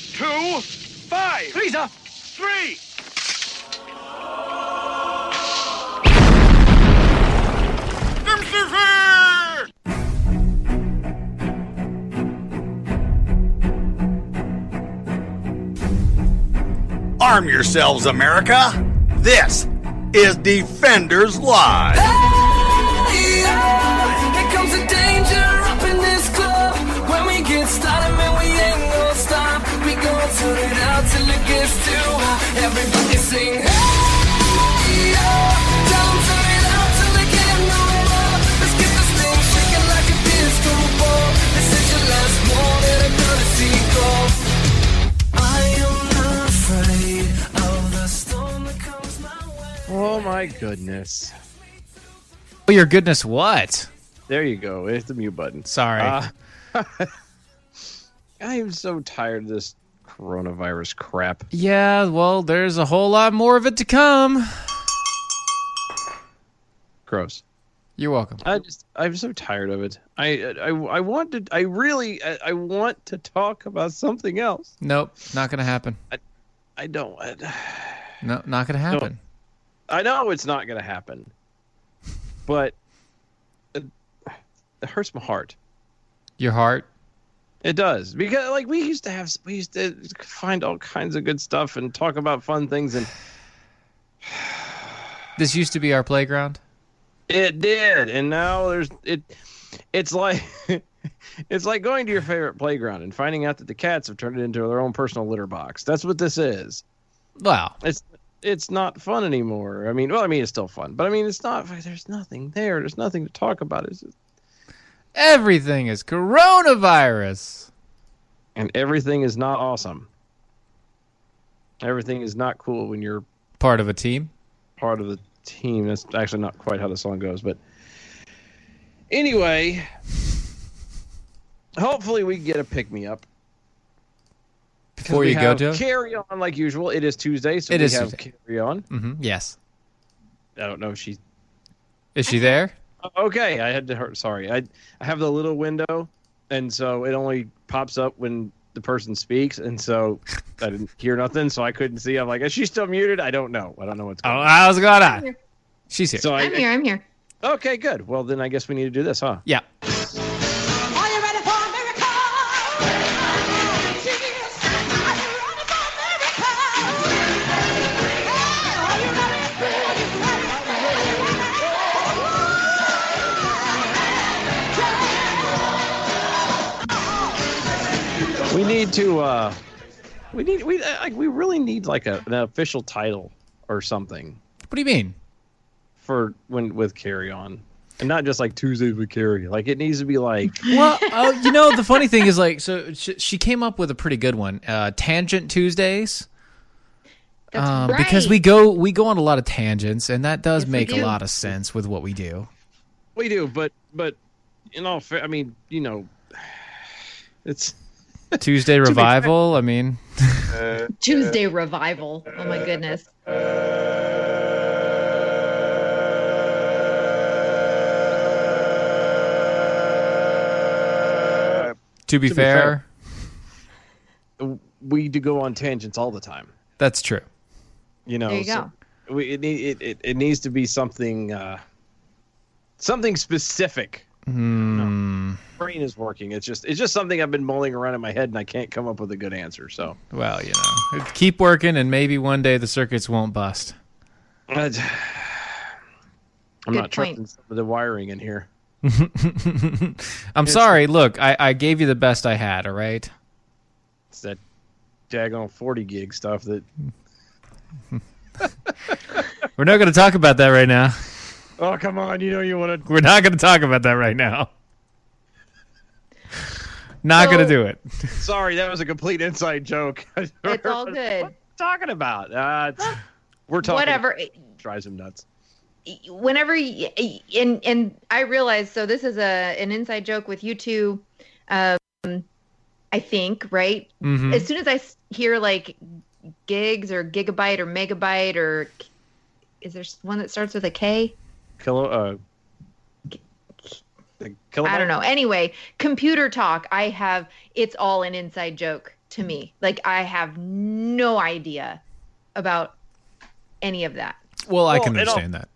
two, five. Lisa. Three. MCC! Arm yourselves, America. This is Defenders Live. Hey, yo, here comes the danger up in this club. When we get started, man, we ain't gonna stop. We gonna turn it out till it gets too hot. Everybody sing. Hey, yo, don't turn it out till it get no more. Let's get this thing shaking like a disco ball. This is your last warning, I'm gonna see go. I am not afraid of the storm that comes my way. Oh my goodness. Oh, your goodness, what? There you go. It's the mute button. Sorry. Uh, I am so tired of this coronavirus crap. yeah, well, there's a whole lot more of it to come. Gross. You're welcome. I just I'm so tired of it. I I I want to I really I, I want to talk about something else. Nope, not gonna happen. I don't I, No, not gonna happen. I know it's not going to happen. But it, it hurts my heart. Your heart. It does because like we used to have we used to find all kinds of good stuff and talk about fun things and This used to be our playground. It did, and now there's it. It's like it's like going to your favorite playground and finding out that the cats have turned it into their own personal litter box. That's what this is. Wow. It's it's not fun anymore. I mean, well, I mean it's still fun, but I mean it's not. There's nothing there. There's nothing to talk about. It's just, Everything is coronavirus. and everything is not awesome. Everything is not cool when you're Part of a team. part of the team. That's actually not quite how the song goes, but anyway, hopefully we get a pick me up. Before you go to it? carry on like usual. It is Tuesday, so It we is have Tuesday. carry on. hmm Yes. I don't know if she. Is she there? Okay, I had to hurt. Sorry, I I have the little window, and so it only pops up when the person speaks, and so I didn't hear nothing, so I couldn't see. I'm like, is she still muted? I don't know. I don't know what's Oh, going on. how's it going on? She's here. So I, I'm here. I'm here. okay, good. Well, then I guess we need to do this, huh? yeah. Are you ready for a miracle? Tears. Are you ready for a miracle? Hey, are you ready? Are you ready? Are you We need to. uh We need. We uh, like. We really need like a, an official title or something What do you mean? for when with carry on, and not just like Tuesdays with carry. Like it needs to be like Well, oh, you know the funny thing is like, so she, she came up with a pretty good one. Uh, Tangent Tuesdays. That's um, right. because we go we go on a lot of tangents and that does Yes, we make a do. lot of sense with what we do we do, but but in all fair, I mean, you know, it's Tuesday revival. I mean, Tuesday revival. Oh my goodness. to be, To be fair, fair. we do go on tangents all the time. that's true. You know, There you so we, it, need- it, it it needs to be something uh, something specific. No. Brain is working. It's just it's just something I've been mulling around in my head, and I can't come up with a good answer. So Well, you know, keep working, and maybe one day the circuits won't bust. I'd- I'm Good not point. trusting some of the wiring in here. I'm sorry. Look, I, I gave you the best I had. All right. It's that daggone 40 gig stuff that. We're not going to talk about that right now. Oh come on! You know you want to. We're not going to talk about that right now. Not going to So- do it. Sorry, that was a complete inside joke. It's all good. talking about? Uh, it's- we're talking. Whatever. drives him nuts. whenever y- y- and and I realized so this is a an inside joke with you two um I think right Mhm. as soon as I s- hear like gigs or gigabyte or megabyte or k- is there s- one that starts with a K Kilo. Uh, the kilobyte? I don't know anyway computer talk I have it's all an inside joke to me like I have no idea about any of that Well, I Well, can it all- understand that.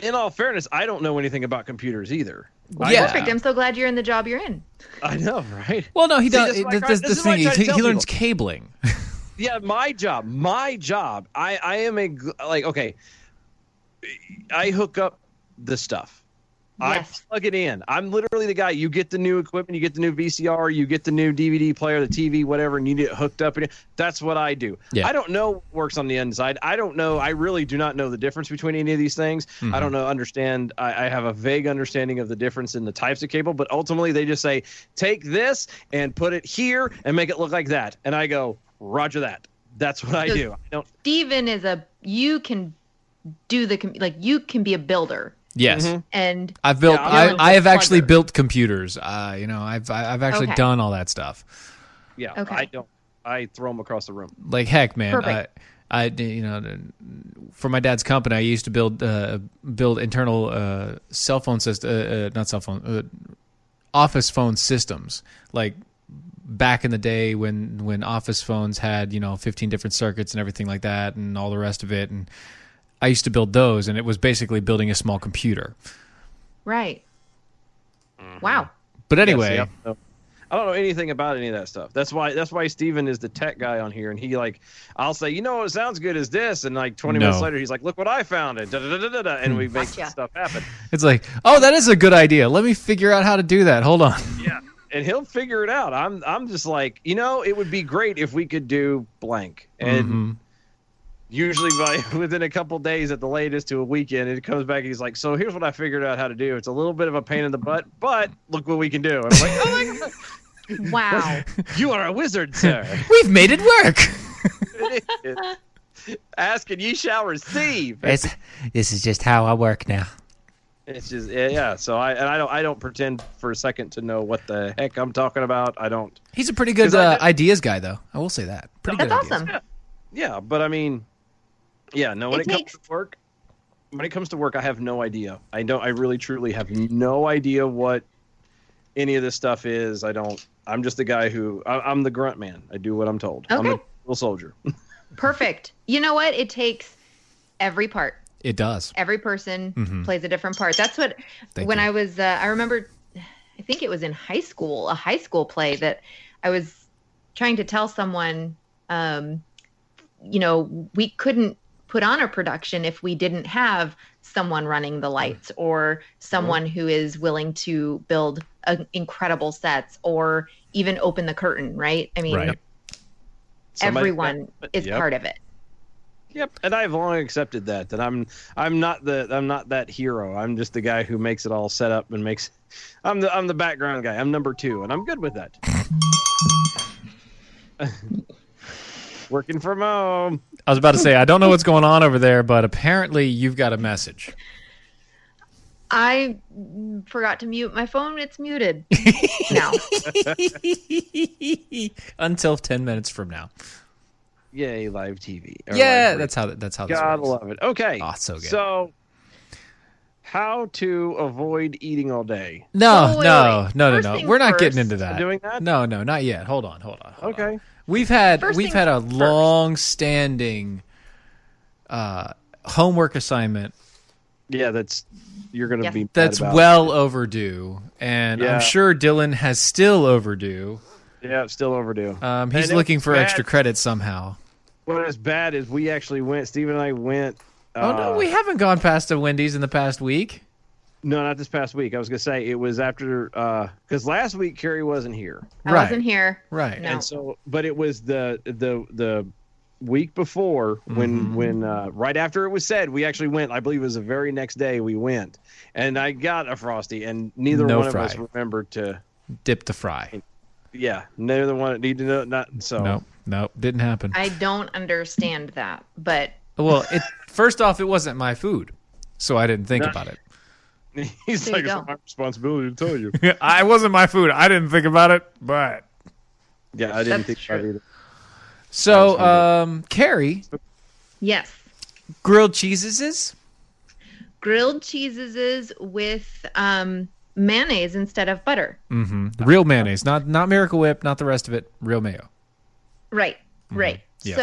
In all fairness, I don't know anything about computers either. I- Yeah. perfect I'm so glad you're in the job you're in I know, right? Well, no, he See, does. this is what I th- try- this, this this is what I thing, he, try to he tell learns people. cabling. Yeah, my job, my job. I I am a gl- like okay. I hook up the stuff. Yes. I plug it in. I'm literally the guy. You get the new equipment, you get the new VCR, you get the new DVD player, the TV, whatever, and you need it hooked up. And that's what I do. Yeah. I don't know what works on the inside. I don't know. I really do not know the difference between any of these things. I don't know. Understand? I, I have a vague understanding of the difference in the types of cable, but ultimately they just say take this and put it here and make it look like that, and I go Roger that. That's what I Does- do. I don't. Steven is a you can do the com- like you can be a builder Yes. Mm-hmm. and I've built. Yeah, I, I'm I have actually plugger. built computers. Uh, you know, I've I- I've actually Okay. done all that stuff. Yeah, Okay. I don't. I throw them across the room. Like heck, man. I, Perfect. I you know, for my dad's company, I used to build uh, build internal uh, cell phone system, uh, uh, not cell phone, uh, office phone systems. Like back in the day when when office phones had you know 15 different circuits and everything like that, and all the rest of it. And I used to build those, and it was basically building a small computer. right wow But Yeah, see, anyway, I don't know- I don't know anything about any of that stuff. That's why that's why Steven is the tech guy on here, and he like I'll say, you know, what sounds good as this, and like twenty No. Hmm. minutes later, he's like, look what I found, and da da da da da, and we make Gotcha. stuff happen. it's like, oh, that is a good idea. Let me figure out how to do that. Hold on. Yeah, and he'll figure it out. I'm I'm just like, you know, it would be great if we could do blank, and Mm-hmm. usually by within a couple days at the latest to a weekend, it comes back. He's like, so here's what I figured out how to do. It's a little bit of a pain in the butt, but look what we can do. And I'm like, oh my god, wow you are a wizard, sir. We've made it work. Ask and ye shall receive. It's, this is just how I work now. It's just yeah, yeah. So I and I don't I don't pretend for a second to know what the heck I'm talking about. I don't. He's a pretty good 'Cause I uh, did- ideas guy, though. I will say that. Pretty that's good. awesome Yeah, but I mean, yeah. No, when It it, takes- comes to work, when it comes to work, I have no idea. I don't. I really, truly have no idea what any of this stuff is. I don't. I'm just the guy who I, I'm the grunt man. I do what I'm told. I'm a Okay. little soldier. perfect you know what it takes every part It does. every person plays a different part that's what Mm-hmm. Thank when you. i was uh, i remember i think it was in high school a high school play that i was trying to tell someone um you know we couldn't put on a production if we didn't have someone running the lights Mm-hmm. or someone who is willing to build uh incredible sets or even open the curtain right i mean Right. Somebody- uh, everyone is Yep. part of it Yep, and I've long accepted that that I'm I'm not the I'm not that hero. I'm just the guy who makes it all set up and makes. I'm the I'm the background guy. I'm number two, and I'm good with that. Working from home. I was about to say, I don't know what's going on over there, but apparently you've got a message. I forgot to mute my phone. It's muted now. Until ten minutes from now. Yay, live TV. Or Yeah, live that's how that's how this Gotta works. love it. Okay. Oh, it's so good. So, how to avoid eating all day? No, Oh, wait, no, wait. no, no, First no. things We're not getting first. into that. Doing that? No, no, not yet. Hold on, hold on. hold on. Okay. We've had First we've things had a first. long-standing uh, homework assignment Yeah, that's you're gonna Yes. be. mad that's about. well overdue, and Yeah. I'm sure Dylan has still overdue. Yeah, it's still overdue. Um, he's And it- looking for that- extra credit somehow. What is bad is we actually went. Steve and I went. oh Uh, no, we haven't gone past a Wendy's in the past week. no, not this past week. I was gonna say it was after because last week Carrie wasn't here, I Right. wasn't here. Right. No. and so but it was the the the week before Mm-hmm. when when uh, right after it was said we actually went. I believe it was the very next day we went, and I got a frosty, and neither No one fry. of us remembered to. Dip to fry. Yeah, neither one need to know. Not so. Nope. Nope. Didn't happen. I don't understand that, but well, it first off, it wasn't my food, so I didn't think about it. He's There like, you it's go. not my responsibility to tell you. I wasn't my food. I didn't think about it, but yeah, I didn't That's think about it either. so um Carrie yes, grilled cheeses is grilled cheeses is with um, mayonnaise instead of butter. Mm-hmm. real mayonnaise, not not Miracle Whip, not the rest of it, real mayo. Right. Right. Mm-hmm. Yes. Mm-hmm.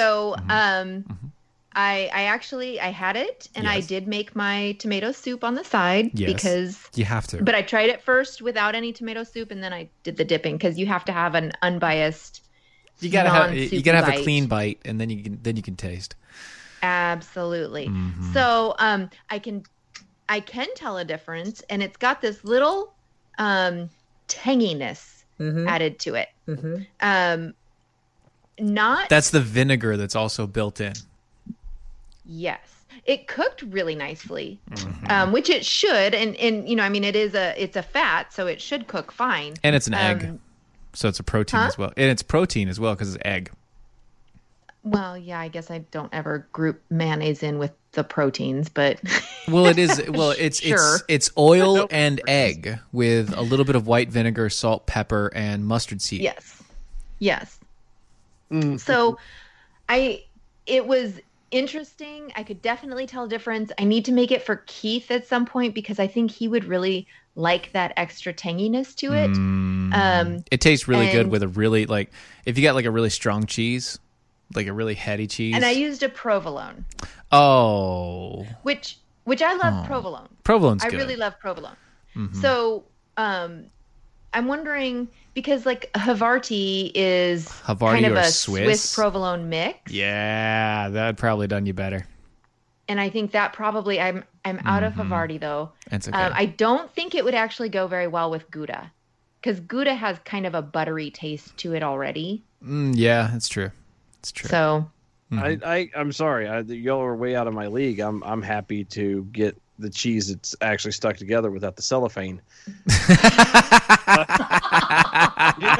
So, um, I I actually I had it, and I Yes. did make my tomato soup on the side Yes. because You have to. But I tried it first without any tomato soup, and then I did the dipping because you have to have an unbiased. you gotta have you non-soup gotta have a bite. clean bite, and then you can then you can taste. Absolutely. Mm-hmm. So um, I can, I can tell a difference, and it's got this little um, tanginess added to it. Um, not That's the vinegar that's also built in. Yes, it cooked really nicely, Mm-hmm. um, which it should. And and you know, I mean, it is a it's a fat, so it should cook fine. And it's an egg. Um, So it's a protein huh? as well. And it's protein as well because it's egg. Well, yeah, I guess I don't ever group mayonnaise in with the proteins, but Well, it is. Well, it's Sure. it's it's oil and egg with a little bit of white vinegar, salt, pepper, and mustard seed. yes, yes. Mm, So, I it was interesting. I could definitely tell a difference. I need to make it for Keith at some point because I think he would really like that extra tanginess to it. Mm. Um, It tastes really good And- with a really like if you got like a really strong cheese, like a really heady cheese. and I used a provolone, oh, which which I love provolone. provolone's I good. Mm-hmm. really love provolone. So um, I'm wondering because like Havarti is Havarti kind of or a Swiss? Swiss? provolone mix, yeah, that probably done you better. and I think that probably I'm I'm out of Havarti though. That's Mm-hmm. okay. Um, I don't think it would actually go very well with Gouda because Gouda has kind of a buttery taste to it already. Mm, yeah, that's true. That's true. So Mm-hmm. I, I, I'm sorry. I, y'all are way out of my league. I'm, I'm happy to get the cheese that's actually stuck together without the cellophane. you know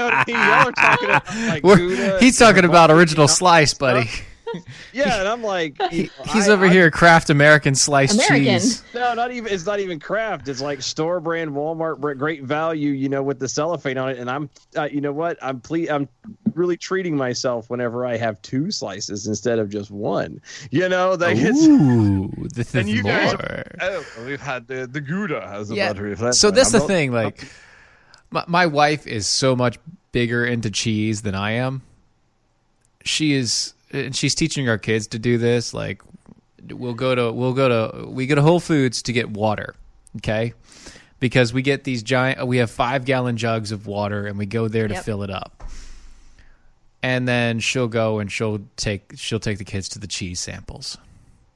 what I mean? Y'all are talking about like We're- Gouda. he's talking about original stuff. slice, buddy. Oh. Yeah, and I'm like, He's over here craft American sliced American. cheese. No, not even. It's not even craft. It's like store brand Walmart, br- great value. You know, with the cellophane on it. And I'm, uh, you know what? I'm ple- I'm really treating myself whenever I have two slices instead of just one. You know, like it's. Ooh, this is And you guys more. Oh, we've had the, the Gouda as a Yeah. buttery flat. So bread. that's I'm not- the thing. Like, my, my wife is so much bigger into cheese than I am. She is, and she's teaching our kids to do this. Like, we'll go to we'll go to we go to Whole Foods to get water. Okay, because we get these giant. We have five gallon jugs of water, and we go there to Yep. fill it up. And then she'll go and she'll take she'll take the kids to the cheese samples.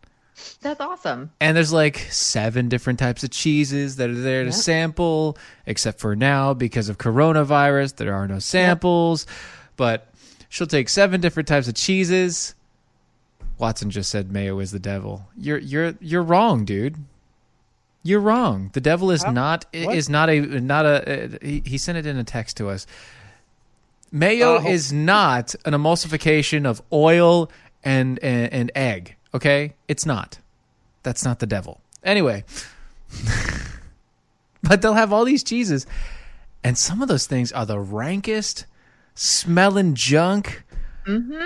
that's awesome. And there's like seven different types of cheeses that are there to sample, except for now because of coronavirus, there are no samples. But she'll take seven different types of cheeses. Watson just said mayo is the devil. You're you're you're wrong, dude. You're wrong. The devil is not i- is not a not a. uh, He, he sent it in a text to us. Mayo is not an emulsification of oil and, and and egg. Okay, it's not. That's not the devil. Anyway, but they'll have all these cheeses, and some of those things are the rankest smelling junk.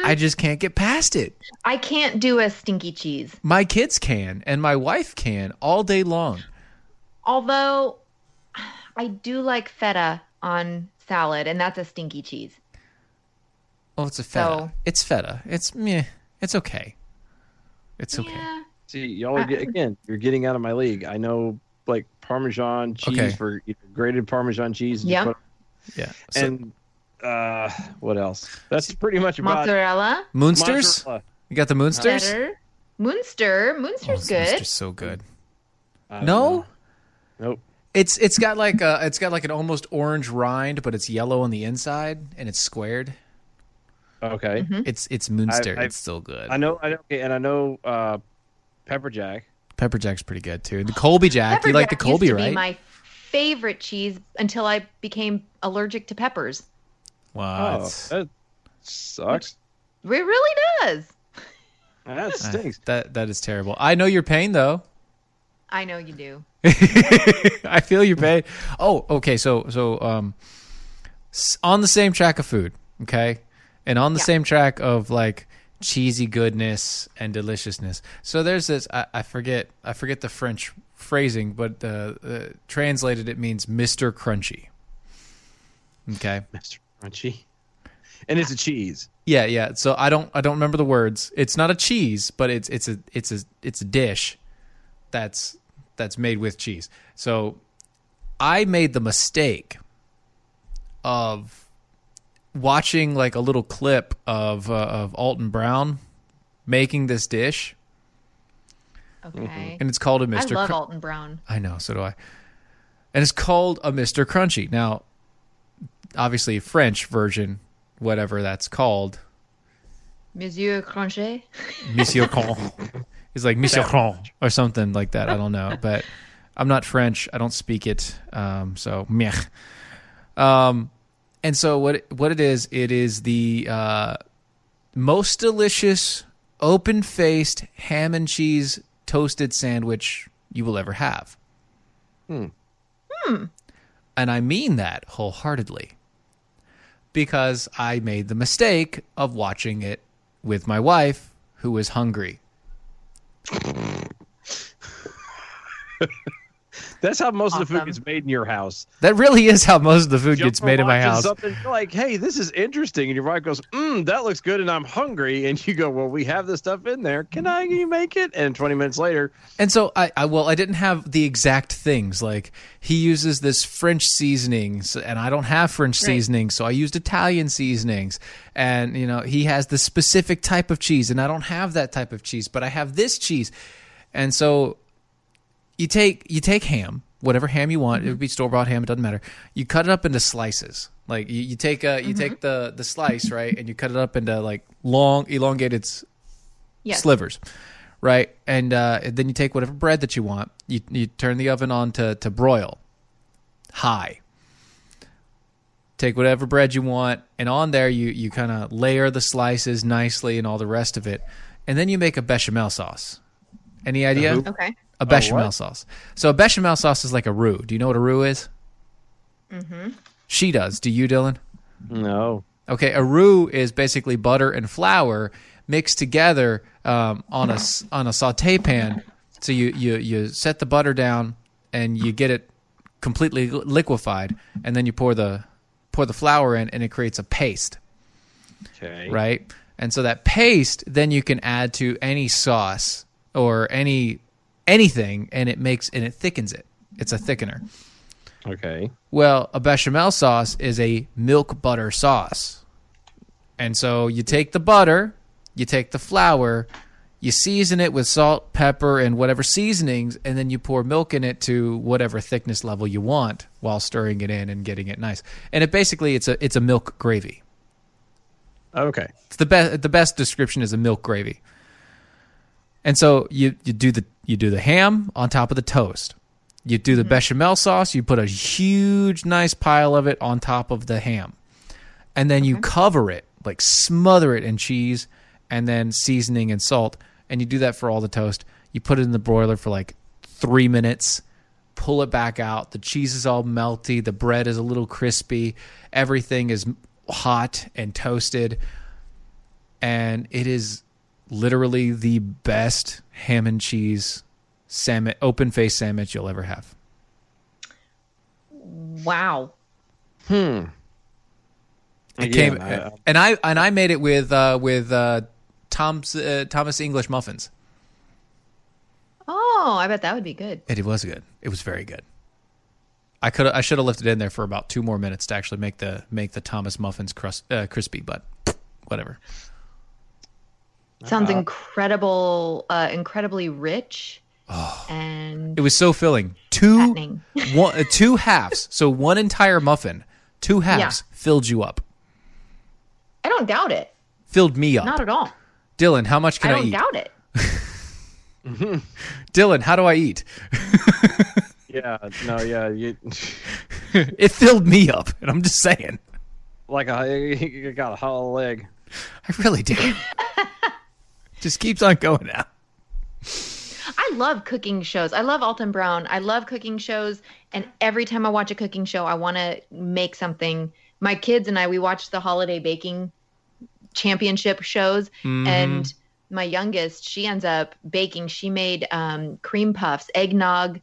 I just can't get past it. I can't do a stinky cheese. My kids can, and my wife can all day long. Although I do like feta on salad, and that's a stinky cheese. Oh, it's a feta. So- It's feta. It's meh. It's okay. It's okay. Yeah. See, y'all are get, again. You're getting out of my league. I know, like Parmesan cheese Okay. for you know, grated Parmesan cheese. and you Yeah. put- Yeah. So, And uh, what else? That's pretty much about it. Mozzarella, Moonsters. Mozzarella. You got the Moonsters. cheddar, Munster. Munster's good. Moonsters Oh, so good. I don't No, know. Nope. it's it's got like a it's got like an almost orange rind, but it's yellow on the inside and it's squared. Okay. Mm-hmm. Hmm? It's it's Moonster. I- it's still good. I know. I know. Okay, and I know uh, pepper jack. Pepper Jack's pretty good too. The Colby Jack. Pepper you like the jack Colby, used to right? Be my favorite cheese until I became allergic to peppers. wow. Oh, it's- that sucks. It really does. That I- stinks. that that is terrible. I know your pain though. I know you do. I feel your pain. Oh, okay. So so um, s- on the same track of food, okay, and on the Yeah. same track of like cheesy goodness and deliciousness. So there's this. I, I forget. I forget the French phrasing, but uh, uh, translated it means Mister Crunchy. Okay. Mr. Crunchy. And it's a cheese. Yeah, yeah. So I don't I don't remember the words. It's not a cheese, but it's it's a it's a it's a dish that's that's made with cheese. So I made the mistake of watching like a little clip of uh, of Alton Brown making this dish Okay. and it's called a Mr. I love Cr- Alton Brown. I know, so do I. And it's called a Mr. Crunchy. Now, obviously French version whatever that's called Monsieur Crunchet. Monsieur Con. He's like Monsieur Con or something like that. I don't know, but I'm not French. I don't speak it. Um, so meh. Um, and so what? It, what it is? It is the uh, most delicious open-faced ham and cheese toasted sandwich you will ever have. Hmm. And I mean that wholeheartedly because I made the mistake of watching it with my wife, who was hungry. That's how most of the food Awesome. gets made in your house. That really is how most of the food gets Jumper made in my watches house. Something you're like, hey, this is interesting, and your wife goes, mm, that looks good, and I'm hungry, and you go, well, we have this stuff in there. Can I can you make it? And 20 minutes later, And so I, I, well, I didn't have the exact things. Like he uses this French seasonings, and I don't have French seasonings, so I used Italian seasonings. And you know, he has the specific type of cheese, and I don't have that type of cheese, but I have this cheese. And so you take you take ham, whatever ham you want. It would be store bought ham. It doesn't matter. You cut it up into slices. Like you, you take a, you take the the slice right, and you cut it up into like long elongated s- Yes. slivers, right? And uh, and then you take whatever bread that you want. You you turn the oven on to to broil high. Take whatever bread you want, and on there you you kind of layer the slices nicely and all the rest of it, and then you make a bechamel sauce. Any idea? Okay. A bechamel sauce. So a bechamel sauce is like a roux. Do you know what a roux is? Mm-hmm. She does. Do you, Dylan? no. Okay, a roux is basically butter and flour mixed together um, on a s- on a saute pan. So you, you you set the butter down and you get it completely li- liquefied, and then you pour the pour the flour in, and it creates a paste, Okay. right? And so that paste, then you can add to any sauce or any anything, and it makes and it thickens it. It's a thickener. Okay. Well, a bechamel sauce is a milk butter sauce. And so you take the butter, you take the flour, you season it with salt, pepper, and whatever seasonings, and then you pour milk in it to whatever thickness level you want while stirring it in and getting it nice. And it basically it's a it's a milk gravy. Okay. It's the best the best description is a milk gravy. And so you you do the you do the ham on top of the toast. You do the bechamel sauce, you put a huge nice pile of it on top of the ham. And then you cover it, like smother it in cheese and then seasoning and salt, and you do that for all the toast. You put it in the broiler for like 3 minutes pull it back out. The cheese is all melty. The bread is a little crispy. Everything is hot and toasted. And it is literally the best ham and cheese sandwich, open face sandwich you'll ever have. Wow. It Again, came, I- uh, and I and I made it with uh, with uh, Tom's uh, Thomas English muffins. Oh, I bet that would be good. And it was good. It was very good. I could I should have left it in there for about two more minutes to actually make the make the Thomas muffins crust uh, crispy, but whatever. Sounds incredible, uh, incredibly rich. and It was so filling. Two Fattening. one uh, two halves. So one entire muffin, two halves filled you up. I don't doubt it. Filled me up. Not at all. Dylan, how much I can I, don't eat? doubt it. Dylan, how do I eat? yeah, no, yeah, you, It filled me up, and I'm just saying. like a you got a hollow leg. I really did. just keeps on going now. I love cooking shows. I love Alton Brown. I love cooking shows. And every time I watch a cooking show, I want to make something. My kids and I, we watch the holiday baking championship shows. And my youngest, she ends up baking. She made um, cream puffs, eggnog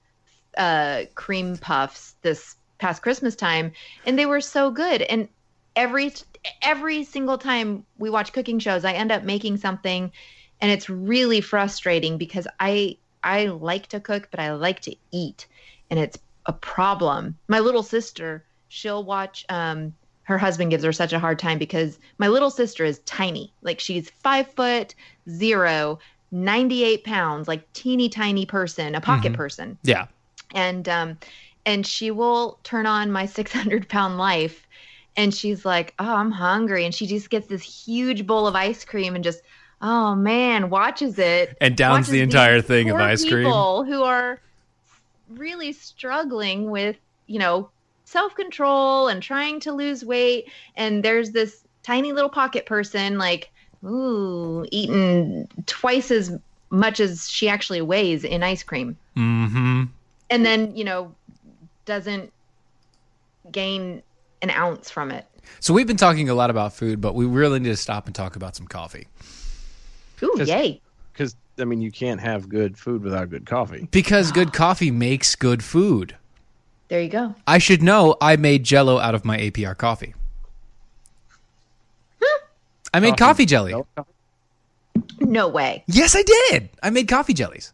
uh, cream puffs this past Christmas time. And they were so good. And every every single time we watch cooking shows, I end up making something and it's really frustrating because i i like to cook but i like to eat and it's a problem my little sister she'll watch um her husband gives her such a hard time because my little sister is tiny like she's five foot zero 98 pounds like teeny tiny person a pocket person Yeah. and um and she will turn on my 600 pound life and she's like oh i'm hungry and she just gets this huge bowl of ice cream and just oh man watches it And downs watches the entire these thing of poor ice cream. people who are really struggling with you know self-control and trying to lose weight and there's this tiny little pocket person like ooh eating twice as much as she actually weighs in ice cream Mm-hmm. and then you know doesn't gain an ounce from it So we've been talking a lot about food, but we really need to stop and talk about some coffee ooh Just- yay Because I mean, you can't have good food without good coffee. because good coffee makes good food. there you go I should know I made jello out of my APR coffee. I made coffee jelly. no way Yes, I did. I made coffee jellies.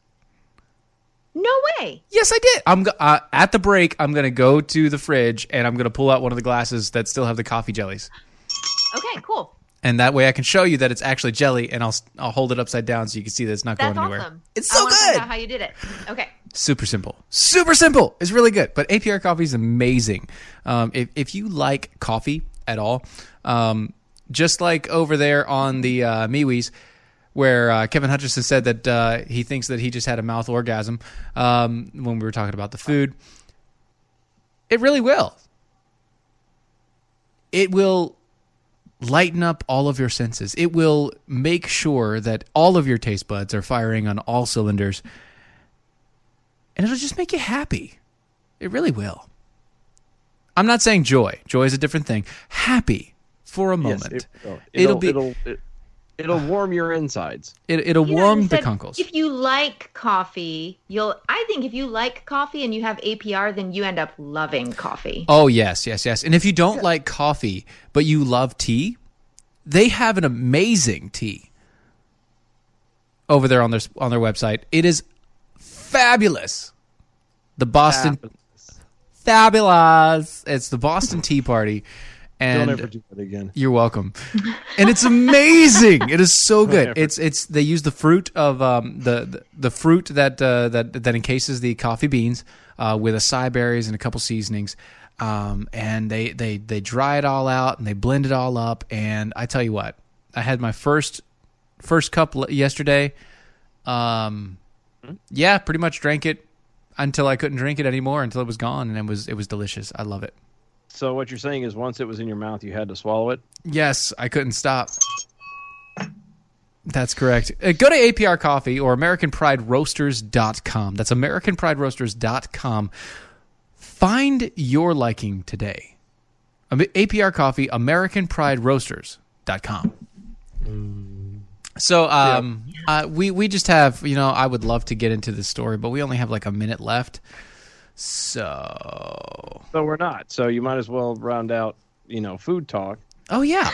no way Yes, I did. I'm go- uh, at the break. I'm gonna go to the fridge and I'm gonna pull out one of the glasses that still have the coffee jellies, okay cool and that way I can show you that it's actually jelly, and I'll s- I'll hold it upside down so you can see that it's not that's going anywhere. awesome It's I so wanna find good. out how you did it okay super simple super simple it's really good but apr coffee is amazing um, if, if you like coffee at all um, just like over there on the uh, Miwis, where uh, kevin hutchinson said that uh, he thinks that he just had a mouth orgasm um, when we were talking about the food it really will it will lighten up all of your senses it will make sure that all of your taste buds are firing on all cylinders and it'll just make you happy. It really will. I'm not saying joy. Joy is a different thing. Happy for a Yes, moment. it, will. It'll it'll, be- it'll, it, it'll warm your insides. It, it'll You know, warm you the said conkles. if you like coffee you'll i think if you like coffee and you have apr then you end up loving coffee Oh yes, yes, yes. And if you don't like coffee but you love tea, they have an amazing tea over there on their on their website. It is fabulous. The Boston fabulous. It's the Boston Tea Party, Don't and ever do that again. You're welcome. And it's amazing. it is so good. It's it's they use the fruit of um the the, the fruit that uh, that that encases the coffee beans uh, with acai berries and a couple seasonings. Um, and they, they they dry it all out and they blend it all up. And I tell you what, I had my first first cup l- yesterday. Um, yeah, pretty much drank it until I couldn't drink it anymore until it was gone, and it was it was delicious. I love it. So what you're saying is, once it was in your mouth, you had to swallow it. Yes, I couldn't stop. That's correct. Uh, go to APR Coffee or AmericanPrideRoasters.com. That's AmericanPrideRoasters.com. Find your liking today. Am- APR Coffee, AmericanPrideRoasters.com. So um, uh, we, we just have, you know, I would love to get into this story, but we only have like a minute left. So, So we're not. So you might as well round out, you know, food talk. oh, yeah.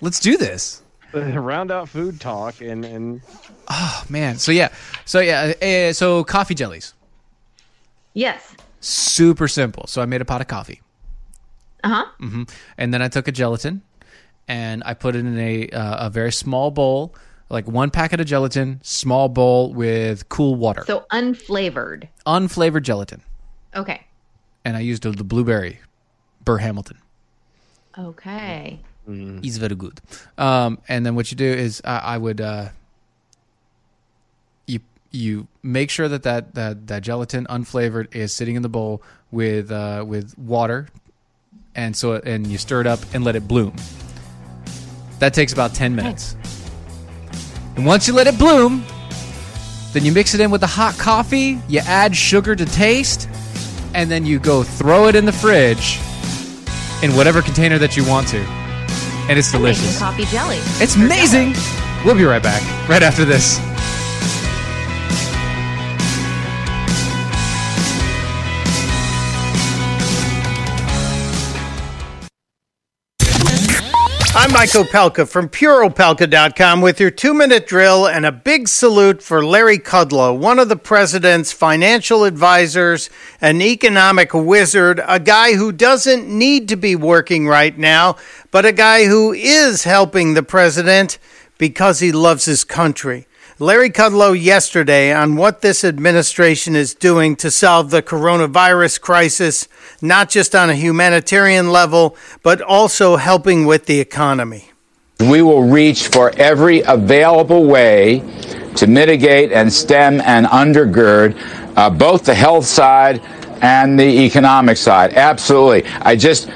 Let's do this. round out food talk and and Man, so yeah. So, yeah. Uh, so, coffee jellies. Yes. super simple. So I made a pot of coffee, Mm-hmm. Uh huh. and then I took a gelatin, and I put it in a uh, a very small bowl, like one packet of gelatin, small bowl with cool water, So unflavored. unflavored gelatin, Okay. and I used the blueberry, Burr Hamilton. Okay. It's very good. Um, and then what you do is uh, I would uh, you you make sure that that, that that gelatin unflavored is sitting in the bowl with uh, with water, and so and you stir it up and let it bloom. That takes about ten minutes. And once you let it bloom, then you mix it in with the hot coffee. You add sugar to taste, and then you go throw it in the fridge in whatever container that you want to. And it's delicious. Making coffee jelly. It's amazing. We'll be right back, right after this. I'm Mike Opelka from PureOpelka.com with your two minute drill and a big salute for Larry Kudlow, one of the president's financial advisors, an economic wizard, a guy who doesn't need to be working right now, but a guy who is helping the president because he loves his country. Larry Kudlow yesterday on what this administration is doing to solve the coronavirus crisis, not just on a humanitarian level, but also helping with the economy. We will reach for every available way to mitigate and stem and undergird uh, both the health side and the economic side. Absolutely. I just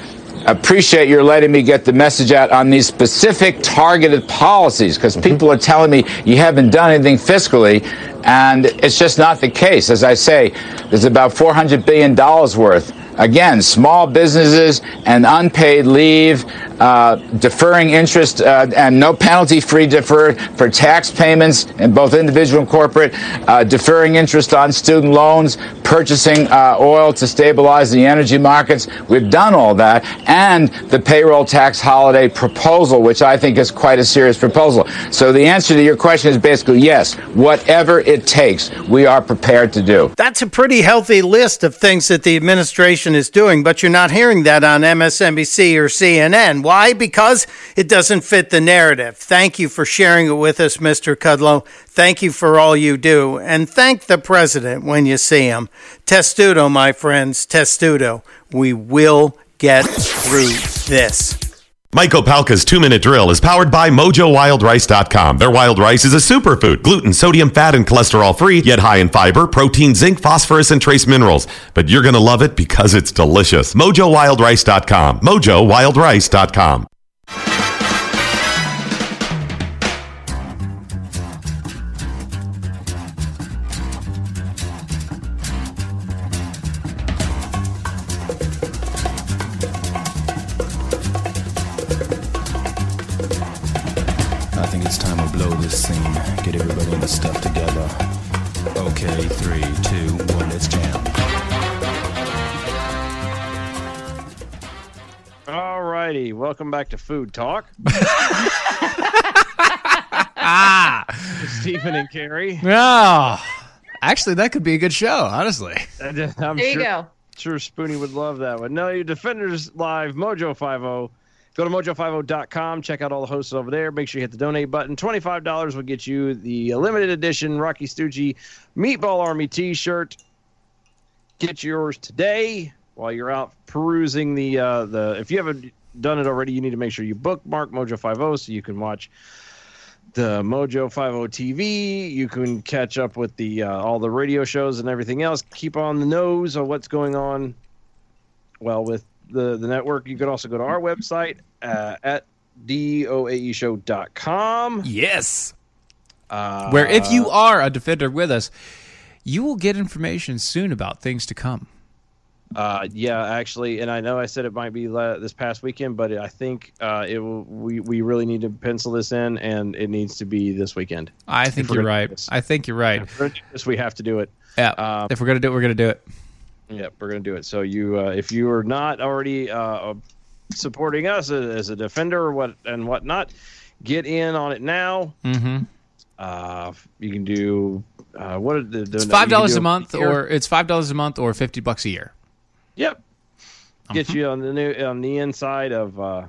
appreciate your letting me get the message out on these specific targeted policies because people are telling me you haven't done anything fiscally and it's just not the case as i say there's about 400 billion dollars worth again small businesses and unpaid leave uh, deferring interest uh, and no penalty free deferred for tax payments in both individual and corporate uh, deferring interest on student loans purchasing uh, oil to stabilize the energy markets we've done all that and the payroll tax holiday proposal which i think is quite a serious proposal so the answer to your question is basically yes whatever it takes we are prepared to do That's a pretty healthy list of things that the administration is doing, but you're not hearing that on MSNBC or CNN. Why? Because it doesn't fit the narrative. Thank you for sharing it with us, Mr. Kudlow. Thank you for all you do. And thank the president when you see him. Testudo, my friends, testudo. We will get through this. Mike Opalka's two minute drill is powered by MojoWildRice.com. Their wild rice is a superfood, gluten, sodium, fat, and cholesterol free, yet high in fiber, protein, zinc, phosphorus, and trace minerals. But you're going to love it because it's delicious. MojoWildRice.com. MojoWildRice.com. I think it's time to blow this scene. Get everybody in the stuff together. Okay, three, two, one, let's jam. all righty, welcome back to food talk. Stephen and Carrie. Oh, actually, that could be a good show, honestly. I'm there There you sure, go. Sure, Spoonie would love that one. No, your Defenders Live Mojo 50. Go to mojo50.com. Check out all the hosts over there. Make sure you hit the donate button. $25 will get you the limited edition Rocky Stucci Meatball Army t shirt. Get yours today while you're out perusing the. Uh, the. If you haven't done it already, you need to make sure you bookmark Mojo50 so you can watch the Mojo 50 TV. You can catch up with the uh, all the radio shows and everything else. Keep on the nose on what's going on. Well, with the the network, you can also E go to our website uh, at doaeshow.com. Yes. Uh, where if you are a defender with us, you will get information soon about things to come. Uh, yeah, actually, and I know I said it might be la- this past weekend, but I think uh, it will, we we really need to pencil this in, and it needs to be this weekend. I think If we're you're gonna do right. this. I think you're right. If we're gonna do this, we have to do it. Yeah. Uh, Um, if we're gonna do it, we're gonna do it. Yeah, we're gonna do it. So you, uh, if you are not already uh, supporting us as, as a defender or what and whatnot, get in on it now. Mm-hmm. Uh, you can do uh, what are the, the It's five dollars a you can do month, year. or it's five dollars a month, or fifty bucks a year. Yep. Uh-huh. Get you on the new on the inside of uh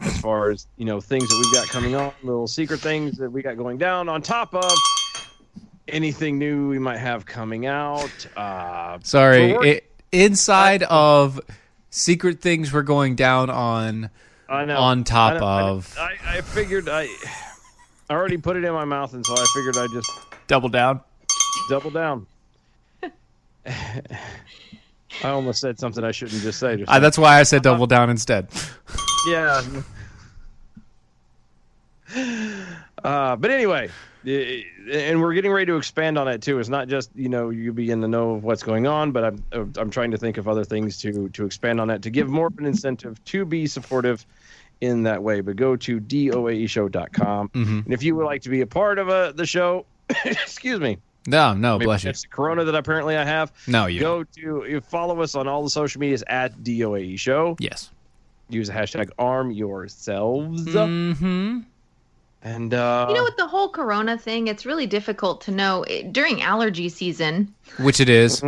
as far as you know things that we've got coming on, little secret things that we got going down on top of anything new we might have coming out. Uh Sorry, we're- it, inside of secret things we're going down on. I know on top I know, I know. of- I, I figured I I already put it in my mouth and so I figured I'd just Double down. double down. I almost said something I shouldn't just say. Uh, that's why I said double down instead. Yeah. Uh, but anyway, i- and we're getting ready to expand on that too. It's not just you know you be in the know of what's going on, but I'm I'm trying to think of other things to to expand on that to give more of an incentive to be supportive in that way. But go to E doaeshow.com, Mm-hmm. and if you would like to be a part of uh, the show, excuse me, No, no, Maybe bless you. It's the corona that apparently I have. No, you. Go to you follow us on all the social medias at DOAE E Show. Yes. Use the hashtag arm yourselves. Mm-hmm. And uh you know, with the whole corona thing, it's really difficult to know it, during allergy season Which it is.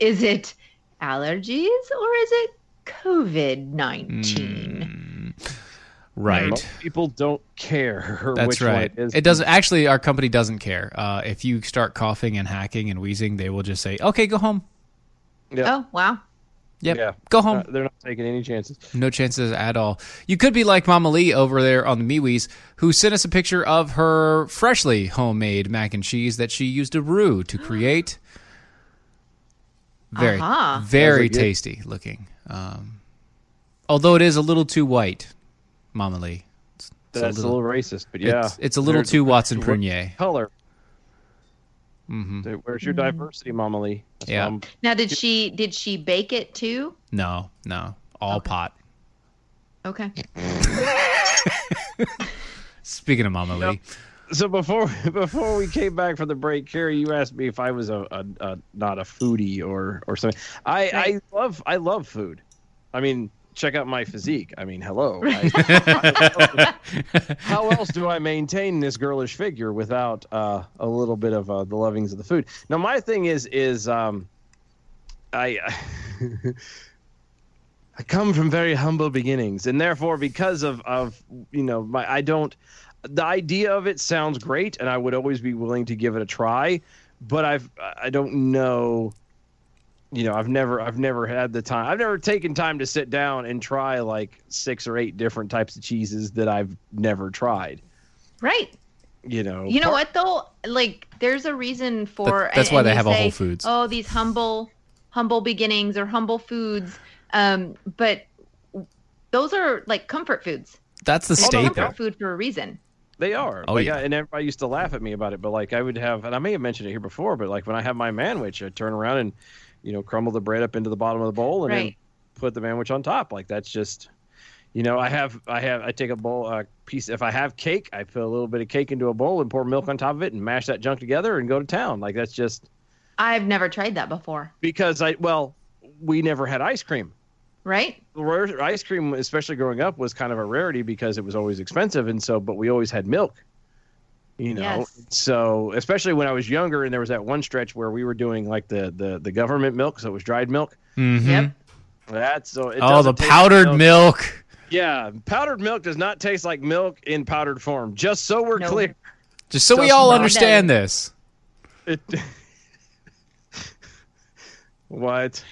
is it allergies or is it COVID 19? Hmm. Right. most people don't care. That's which right. One it, is. It doesn't actually. Our company doesn't care. Uh, if you start coughing and hacking and wheezing, they will just say, "Okay, go home." Yeah. Oh, wow. Yep. Yeah. Go home. Uh, they're not taking any chances. No chances at all. You could be like Mama Lee over there on the MeWe's, who sent us a picture of her freshly homemade mac and cheese that she used a roux to create. Very, Aha. very Uh-huh. Those are good. tasty looking. Um, although it is a little too white, Mama Lee. It's, it's That's a little, racist, but yeah. it's, it's a little There's too Watson different Prunier. color. Mm-hmm. There- Where's your diversity, Mama Lee? That's Yeah. what I'm- Now, did she did she bake it too? No, no, all pot. Okay. Speaking of Mama Lee, So before before we came back from the break, Carrie, you asked me if I was a, a, a not a foodie or or something. I Right. I love I love food. I mean, check out my physique. I mean, hello. I- how else do I maintain this girlish figure without uh, a little bit of uh, the lovings of the food? Now, my thing is, is um, I I come from very humble beginnings, and therefore, because of of you know, my I don't. The idea of it sounds great, and I would always be willing to give it a try, but I've I don't know. You know, I've never I've never had the time. I've never taken time to sit down and try like six or eight different types of cheeses that I've never tried Right. you know. You know part- what though? Like, there's a reason for That- that's why they you have a say, Whole Foods. Oh, these humble, humble beginnings or humble foods. Um, but those are like comfort foods. that's the They're staple. Comfort food for a reason. They are. Oh, like, yeah. I- and everybody used to laugh at me about it, but like I would have, and I may have mentioned it here before, but like when I have my manwich, I turn around and, you know, crumble the bread up into the bottom of the bowl and then Right. put the manwich on top. Like that's just, you know, I have, I have, I take a bowl, a piece. If I have cake, I put a little bit of cake into a bowl and pour milk on top of it and mash that junk together and go to town. Like that's just I've never tried that before. because I, well, we never had ice cream. Right. Rare- Ice cream, especially growing up, was kind of a rarity because it was always expensive, and so, but we always had milk. you know Yes. so especially when i was younger and there was that one stretch where we were doing like the the, the government milk so it was dried milk Mm-hmm. Yep. that's so it Oh, the doesn't taste powdered like milk. yeah powdered milk does not taste like milk in powdered form just so we're No. clear Just so we Does all not. understand this. it, what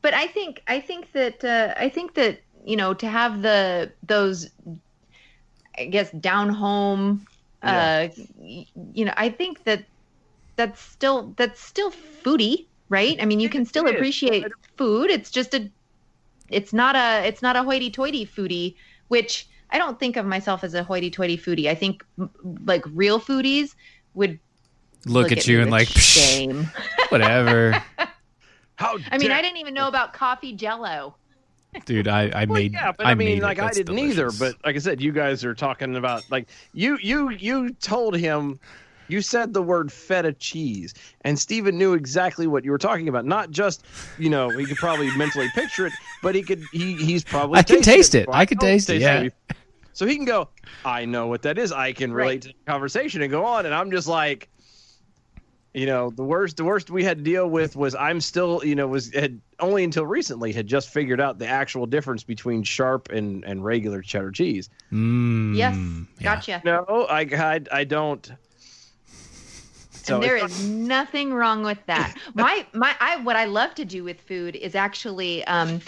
but I think I think that uh, I think that you know to have the those I guess down home uh y- you know I think that that's still that's still foodie right I mean you can still It is. appreciate I food it's just a it's not a it's not a hoity toity foodie which I don't think of myself as a hoity-toity foodie. I think m- like real foodies would Look, at, you me and with like, shame. whatever, How I mean, I didn't even know about coffee jello. dude. I I Well, made. yeah, but I, made mean, it. like I That's didn't delicious. either. But like I said, you guys are talking about like you you you told him. You said the word feta cheese, and Steven knew exactly what you were talking about. Not just, you know, he could probably mentally picture it, but he could. He, he's probably. I can tasted taste it. before. I can don't taste it, yeah. So he can go. I know what that is. I can relate to the conversation and go on. And I'm just like, you know the worst the worst we had to deal with was i'm still you know was had only until recently had just figured out the actual difference between sharp and and regular cheddar cheese Mm, Yes, gotcha. no i i, I don't so and there it's- is nothing wrong with that. my my I what I love to do with food is actually um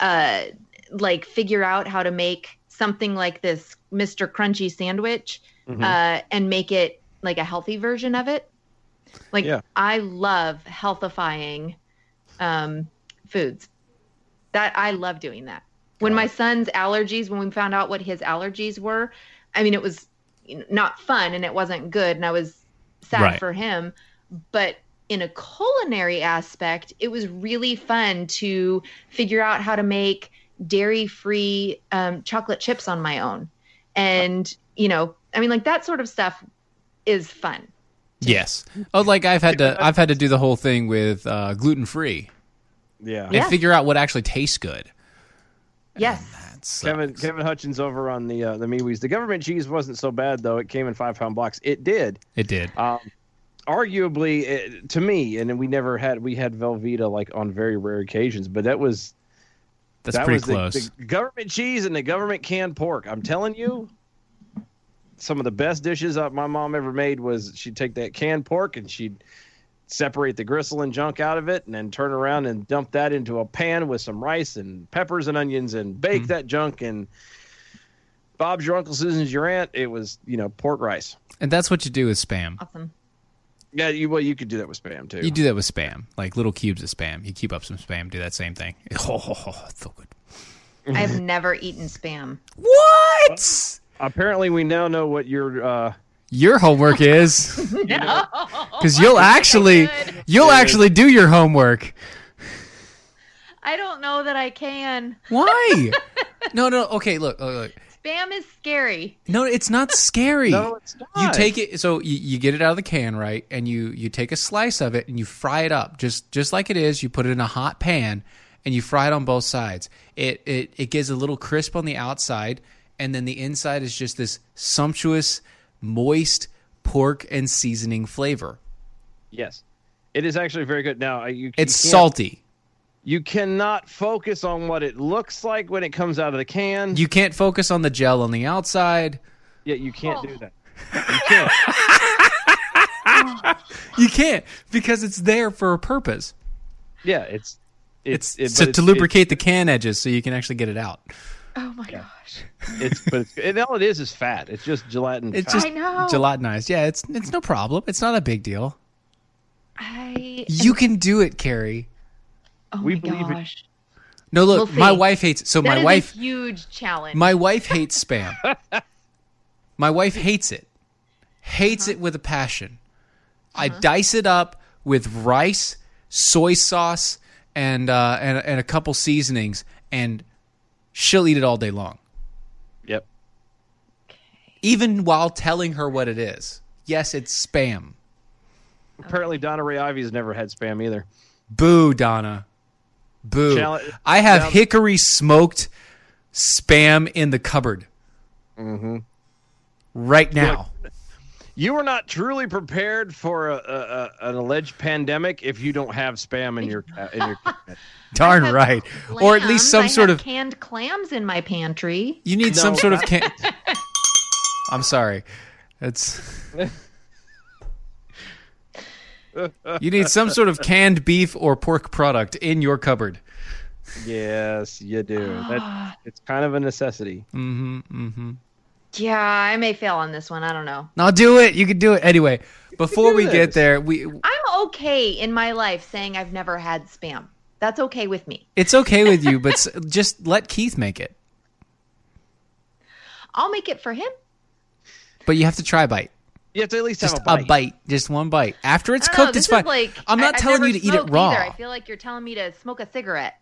uh like figure out how to make something like this Mr. Crunchy sandwich Mhm. uh and make it like a healthy version of it. Like Yeah. I love healthifying um foods. That I love doing that. When my son's allergies, when we found out what his allergies were, I mean it was you know, not fun and it wasn't good and I was sad Right. for him, but in a culinary aspect, it was really fun to figure out how to make dairy-free um, chocolate chips on my own. And, you know, I mean like that sort of stuff is fun. Yes. Oh, like I've had to. I've had to do the whole thing with uh, gluten free yeah and figure out what actually tastes good. Yes. That's Kevin Kevin Hutchins over on the uh, the Miwis. The government cheese wasn't so bad though. It came in five pound blocks. It did. it did. Um, arguably, it, to me, and we never had we had Velveeta like on very rare occasions, but that was That's that pretty was the- close. The, government cheese and the government canned pork. I'm telling you, some of the best dishes uh, my mom ever made was she'd take that canned pork and she'd separate the gristle and junk out of it and then turn around and dump that into a pan with some rice and peppers and onions and Hmm. bake that junk and Bob's your uncle, Susan's your aunt. It was, you know, pork rice. and that's what you do with spam. Awesome. Yeah, you well, you could do that with spam too. You do that with spam, like little cubes of spam. You cube up some spam, do that same thing. Oh, it's so good. I've never eaten spam. What? Apparently, we now know what your uh, Your homework is No. because you'll actually good. you'll actually do your homework. I don't know that I can. Why? no, no. Okay, look, look, look. Spam is scary. No, it's not scary. No, it's You not. take it, so you, you get it out of the can, right? And you you take a slice of it and you fry it up, just just like it is. You put it in a hot pan and you fry it on both sides. It it it gives a little crisp on the outside, and then the inside is just this sumptuous, moist pork and seasoning flavor. yes. It is actually very good. Now you, you It's can't- salty. You cannot focus on what it looks like when it comes out of the can. You can't focus on the gel on the outside. yeah, you can't do that. You can't because it's there for a purpose. Yeah, it's It's, it's it- to, but to lubricate the can edges so you can actually get it out. Oh my gosh. It's, it's but it's, and all it is is fat. It's just gelatin. It's fat. just I know. gelatinized. Yeah, it's it's no problem. It's not a big deal. I You can do it, Carrie. oh we my believe it. gosh. No, look, We'll see. my wife hates. So That my is wife, a huge challenge. my wife hates spam. my wife hates it, hates Uh-huh. it with a passion. I dice it up with rice, soy sauce, and uh, and and a couple seasonings, and she'll eat it all day long, yep. even while telling her what it is. Yes, it's spam. Apparently, Donna Ray Ivy's never had spam either. Boo, Donna. Boo. Shall- I have shall- hickory smoked spam in the cupboard. Mm-hmm. Right now. You are not truly prepared for a, a, a, an alleged pandemic if you don't have spam in your uh, in your. Darn I have right. Or at clams. least some I sort have of. canned clams in my pantry. you need some No. sort of. Can- I'm sorry. It's. you need some sort of canned beef or pork product in your cupboard. yes, you do. That's it's kind of a necessity. Yeah, I may fail on this one. I don't know. Now do it. You can do it. Anyway, before do we get this. there, we I'm okay in my life saying I've never had spam. That's okay with me. it's okay with you, but s- just let Keith make it. I'll make it for him. But you have to try a bite. You have to at least Just have a bite. Just one bite. After it's I don't know, cooked, this it's is fine. Like, I'm I- not I've telling never you to eat it smoked raw. Either. I feel like you're telling me to smoke a cigarette.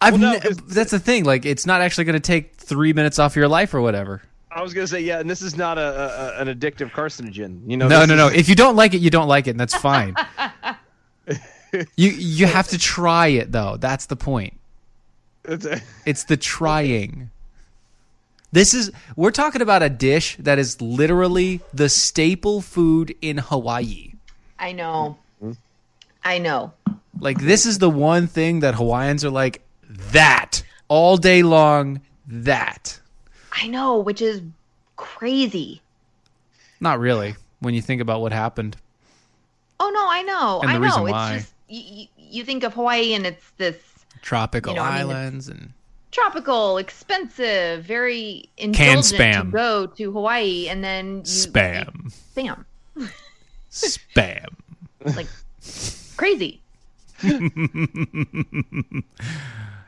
I've ne- that's the thing. Like, it's not actually going to take three minutes off your life or whatever. I was gonna say yeah, and this is not a, a, a- an addictive carcinogen. You know. No, this no, is- no. If you don't like it, you don't like it, and that's fine. you you have to try it though. That's the point. it's- It's the trying. This is we're talking about a dish that is literally the staple food in Hawaii. I know. Mm-hmm. I know. Like this is the one thing that Hawaiians are like that all day long. That I know, which is crazy. not really when you think about what happened. Oh no, I know. And the I reason know. why. It's just you, you think of Hawaii and it's this Tropical You know, I mean, islands and tropical, expensive, very indulgent spam. to go to Hawaii and then you, Spam. you- spam. spam. Crazy.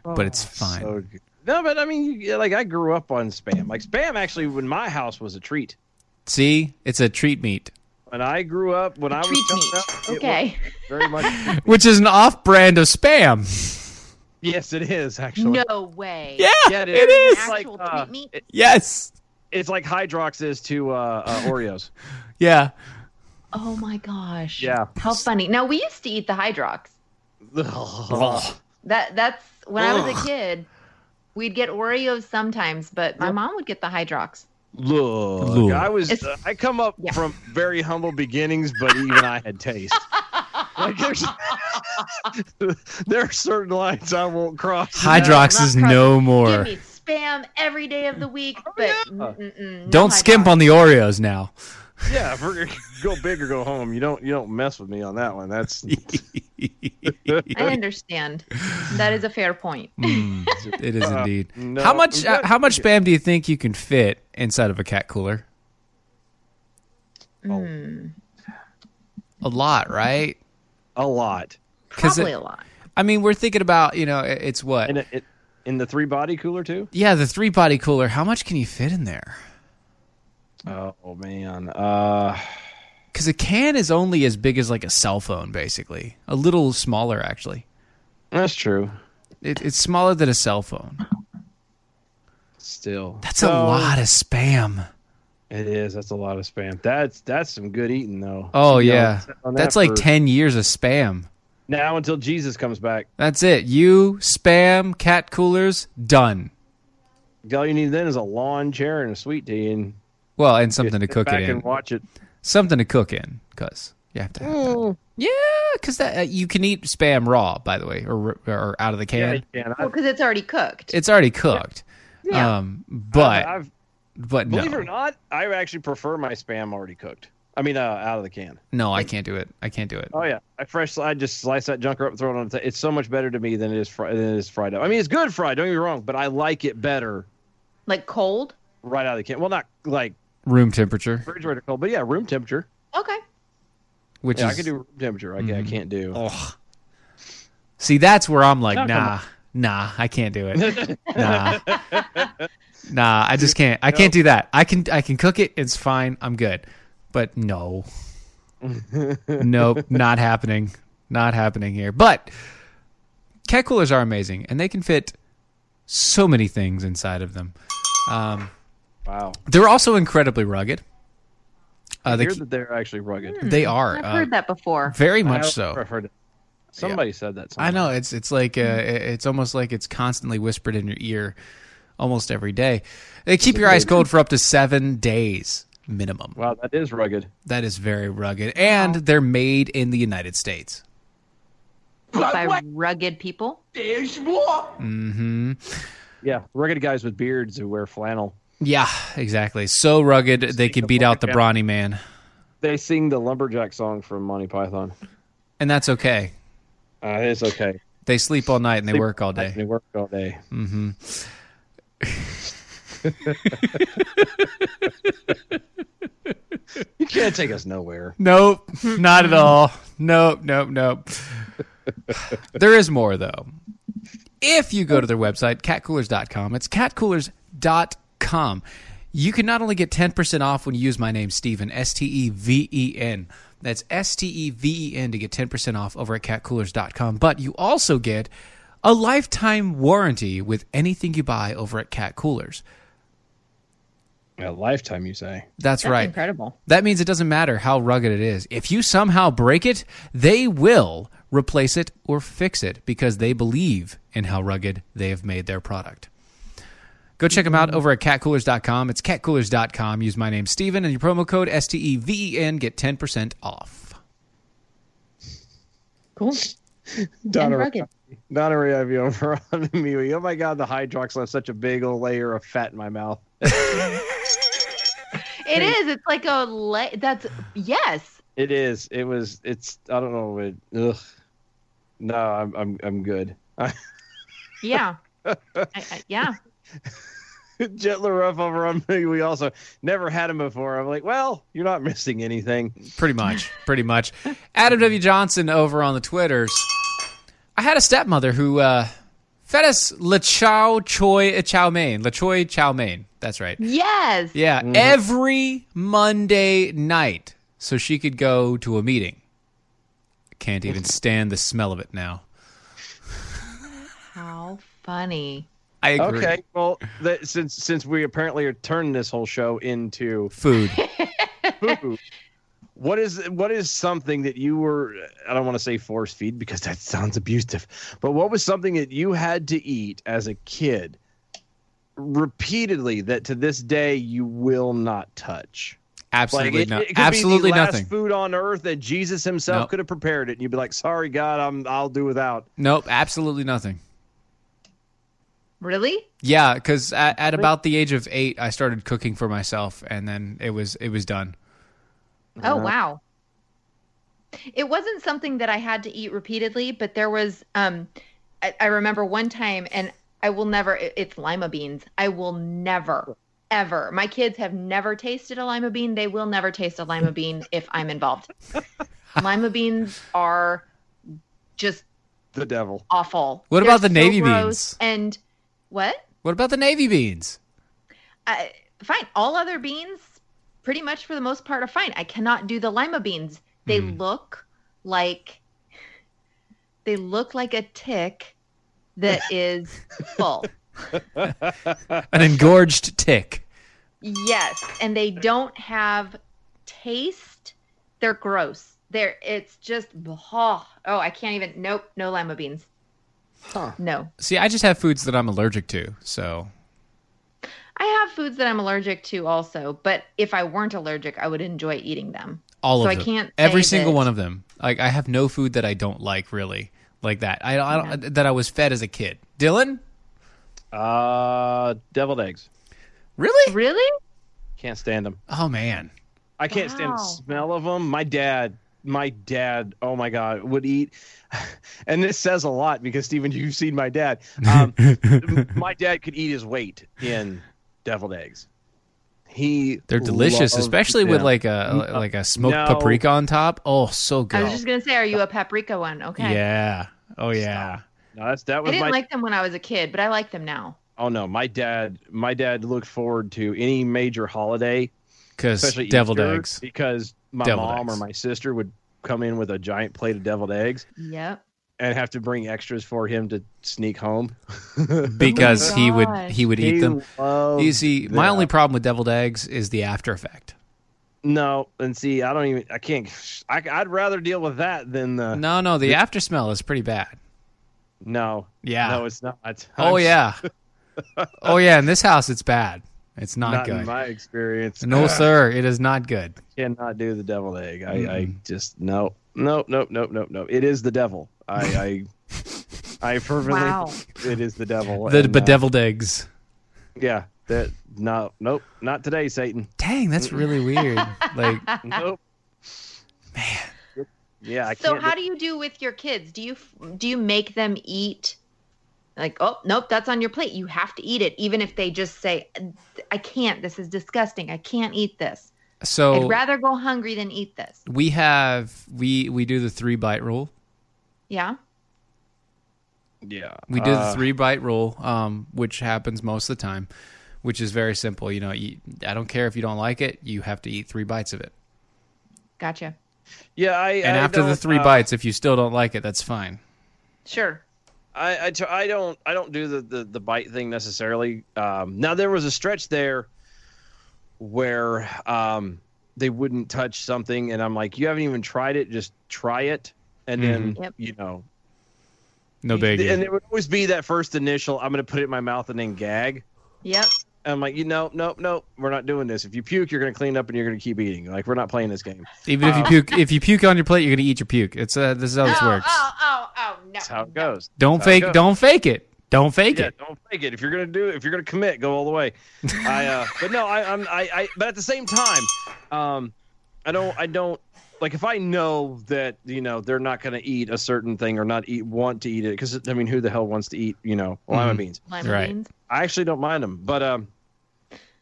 Oh, but it's fine. so good. no, but I mean, yeah, like I grew up on spam. Like spam, actually, when my house was a treat. See, it's a treat meat, When I grew up, when I was Treat coming meat. up, it Okay. was very much. which is an off-brand of spam. yes, it is actually. No way. Yeah, Yeah, it is. It's Actual like, uh, treat meat? it- Yes. it's like Hydrox is to uh, uh, Oreos. Yeah. Oh my gosh. Yeah. How funny. Now we used to eat the Hydrox. That that's when I was a kid. We'd get Oreos sometimes, but my mom would get the Hydrox. Look, Look. I was It's- uh, I come up Yeah. from very humble beginnings, but even I had taste. Like there's there are certain lines I won't cross. Hydrox not is crust. no Give more. me spam every day of the week, Oh, but mm-mm, no Don't skimp Hydrox. on the Oreos now. Yeah, if we're, go big or go home. You don't you don't mess with me on that one. That's I understand. That is a fair point. Mm, It is indeed. Uh, no, how much? I'm not- Uh, how much spam do you think you can fit inside of a cat cooler? Oh. A lot, right? a lot. Because Probably it- a lot. I mean, we're thinking about you know, i- it's what? And it, it in the three body cooler too. yeah, the three body cooler. How much can you fit in there? Oh, man, uh, Because a can is only as big as like a cell phone, basically. A little smaller, actually. that's true. It, it's smaller than a cell phone. Still, That's a So, lot of spam. It is. That's a lot of spam. That's that's some good eating though. Oh You know, yeah, sit on that that's like for ten years of spam. now until Jesus comes back. That's it. You spam cat coolers done. All you need then is a lawn chair and a sweet tea and Well, and something to sit cook back it in. and watch it. Something to cook in, cause you have to. Have that. Yeah, cause that uh, you can eat spam raw, by the way, or or out of the Yeah, can. you can. I, Well, because it's already cooked. It's already cooked. Yeah. Um, but I've, but no, believe it or not, I actually prefer my spam already cooked. I mean, uh, out of the can. no, I can't do it. I can't do it. Oh yeah, I fresh. I just slice that junker up, and throw it on. The t- it's so much better to me than it is fried. Than it is fried up. I mean, it's good fried. Don't get me wrong, but I like it better like cold. right out of the can. Well, not like Room temperature, refrigerator cold, but yeah, room temperature. Okay. which Yeah, is Mm-hmm. Oh. I can do room temperature. I, ca- I can't do. See, that's where I'm like, No, come nah, nah, I can't do it. nah, nah, I just can't. I can't do that. I can, I can cook it. It's fine. I'm good. But no, nope, not happening. Not happening here. But cat coolers are amazing, and they can fit so many things inside of them. Wow. They're also incredibly rugged. Uh, I they, hear that they're actually rugged. they are I've uh, heard that before. very much I so. I've heard it. Somebody said that. I know it's it's like uh, it's almost like it's constantly whispered in your ear, almost every day. They keep your ice cold for up to seven days minimum. Wow, that is rugged. That is very rugged, and they're made in the United States. by rugged people. Yeah, rugged guys with beards who wear flannel. Yeah, exactly. So rugged they can beat out the brawny man, They sing the lumberjack song from Monty Python. and that's okay. Uh, it's okay. They sleep all night and they work all They day. work all day. you can't take us nowhere. Nope, not at all. Nope, nope, nope. there is more, though. If you go to their website, catcoolers.com, it's catcoolers.com. steven.com. You can not only get 10% off when you use my name, Steven, S T E V E N. That's S T E V E N to get 10% off over at catcoolers.com. But you also get a lifetime warranty with anything you buy over at Cat Coolers. A lifetime, you say? That's, That's right. incredible. That means it doesn't matter how rugged it is. If you somehow break it, they will replace it or fix it because they believe in how rugged they have made their product. Go check them out over at catcoolers.com. It's catcoolers.com. Use my name, Steven, and your promo code E S-T-E-V-E-N. Get 10% off. Cool. Donna, And rugged. Donna Riavi over on MeWe. Oh my God, the Hydrox left such a big old layer of fat in my mouth. It is. It's like a le- that's yes. It is. It was. It's. I don't know. It, ugh. No, I'm. I'm. I'm good. Yeah. I, I, yeah. Jet LaRuff over on me. We also never had him before. I'm like, well, you're not missing anything. Pretty much. Pretty much. Adam W. Johnson over on the Twitters. I had a stepmother who uh, fed us le chow choi uh, chow mein. Le choi chow mein. That's right. Yes. Yeah, Mm-hmm. every Monday night, so she could go to a meeting. Can't even stand the smell of it now. How funny. I agree. Okay. Well, that, since since we apparently are turning this whole show into Food. food, what is what is something that you were? I don't want to say force feed because that sounds abusive, but what was something that you had to eat as a kid repeatedly that to this day you will not touch? Absolutely like, it, no. it could be Absolutely the nothing. Last food on earth that Jesus Himself Nope. could have prepared it, and you'd be like, "Sorry, God, I'm I'll do without." Nope. Absolutely nothing. Really? Yeah, because at, at about the age of eight, I started cooking for myself, and then it was it was done. Oh Uh-huh. wow. It wasn't something that I had to eat repeatedly, but there was um I, I remember one time and I will never it- it's lima beans. I will never ever. My kids have never tasted a lima bean. They will never taste a lima bean if I'm involved. lima beans are just The devil. awful. What about the so navy gross beans? And what? What about the navy beans? I, fine. All other beans, pretty much for the most part, are fine. I cannot do the lima beans. They Hmm. look like they look like a tick that is full. An engorged tick. Yes, and they don't have taste. They're gross. They're it's just oh, oh I can't even. Nope, no lima beans. No, See, I just have foods that I'm allergic to, so I have foods that I'm allergic to also, but if I weren't allergic, I would enjoy eating them. all of so I them. can't every say single that- one of them. Like I have no food that I don't like really, like that. I, I don't, that I was fed as a kid. Dylan, Uh, deviled eggs. really? Really? Can't stand them. Oh man, I can't stand Wow. the smell of them. My dad, my dad, oh my god, would eat. And this says a lot because Stephen, you've seen my dad. Um, my dad could eat his weight in deviled eggs. He they're delicious, loved especially with them. uh, like a like a smoked No. paprika on top. Oh, so good. I was just gonna say, are you a paprika one? Okay. Yeah. Oh yeah. No, that's, that I was didn't my like them when I was a kid, but I like them now. oh no my dad my dad looked forward to any major holiday Because especially deviled Easter, eggs. because my Deviled mom eggs. or my sister would come in with a giant plate of deviled eggs Yep. and have to bring extras for him to sneak home Because he would Oh gosh. he would eat them. loved You see, my that. only problem with deviled eggs is the after effect. no and see i don't even i can't I, i'd rather deal with that than the no, No, no, the after smell is pretty bad. no Yeah. it's not I'm Oh yeah. Oh yeah. In this house, it's bad. It's not, not in good. my experience No, sir. It is not good. cannot do the deviled egg. I, I just no, no, no, no, no, no. It is the devil. I, I, I fervently. Wow. think It is the devil. The and, uh, bedeviled eggs. yeah. That no, nope, not today, Satan. Dang, that's really weird. Like, Nope. Man. Yeah. I so can't how do you do with your kids? Do you do you make them eat? Like, oh nope, that's on your plate. You have to eat it, even if they just say, "I can't. This is disgusting. I can't eat this. so I'd rather go hungry than eat this." we have we we do the three bite rule. Yeah. yeah. We do Uh, Uh. the three bite rule, um, which happens most of the time. which is very simple. You know, you, I don't care if you don't like it, you have to eat three bites of it. Gotcha. Yeah, I And I after the don't, three uh, bites, if you still don't like it, that's fine. Sure. I I, t- I don't I don't do the, the the bite thing necessarily. Um, now there was a stretch there where um, they wouldn't touch something, and I'm like, you haven't even tried it, just try it, and then Mhm. Yep. you know, No and biggie. there would always be that first initial, I'm going to put it in my mouth and then gag. Yep. And I'm like, you know, no, no, we're not doing this. If you puke, you're going to clean up and you're going to keep eating. Like we're not playing this game. Even if you puke, if you puke on your plate, you're gonna eat your puke. It's uh, this is how this oh, works. oh, oh, oh, no. That's how it goes. Don't That's how it fake. goes. Don't fake it. Don't fake yeah, it. Don't fake it. If you're gonna do, if you're gonna commit, go all the way. I, uh, but no, I, I'm, I, I, but at the same time, um, I don't, I don't like if I know that you know they're not gonna eat a certain thing or not eat want to eat it because I mean who the hell wants to eat you know lima Mhm. beans? Lima Right. beans. I actually don't mind them, but um,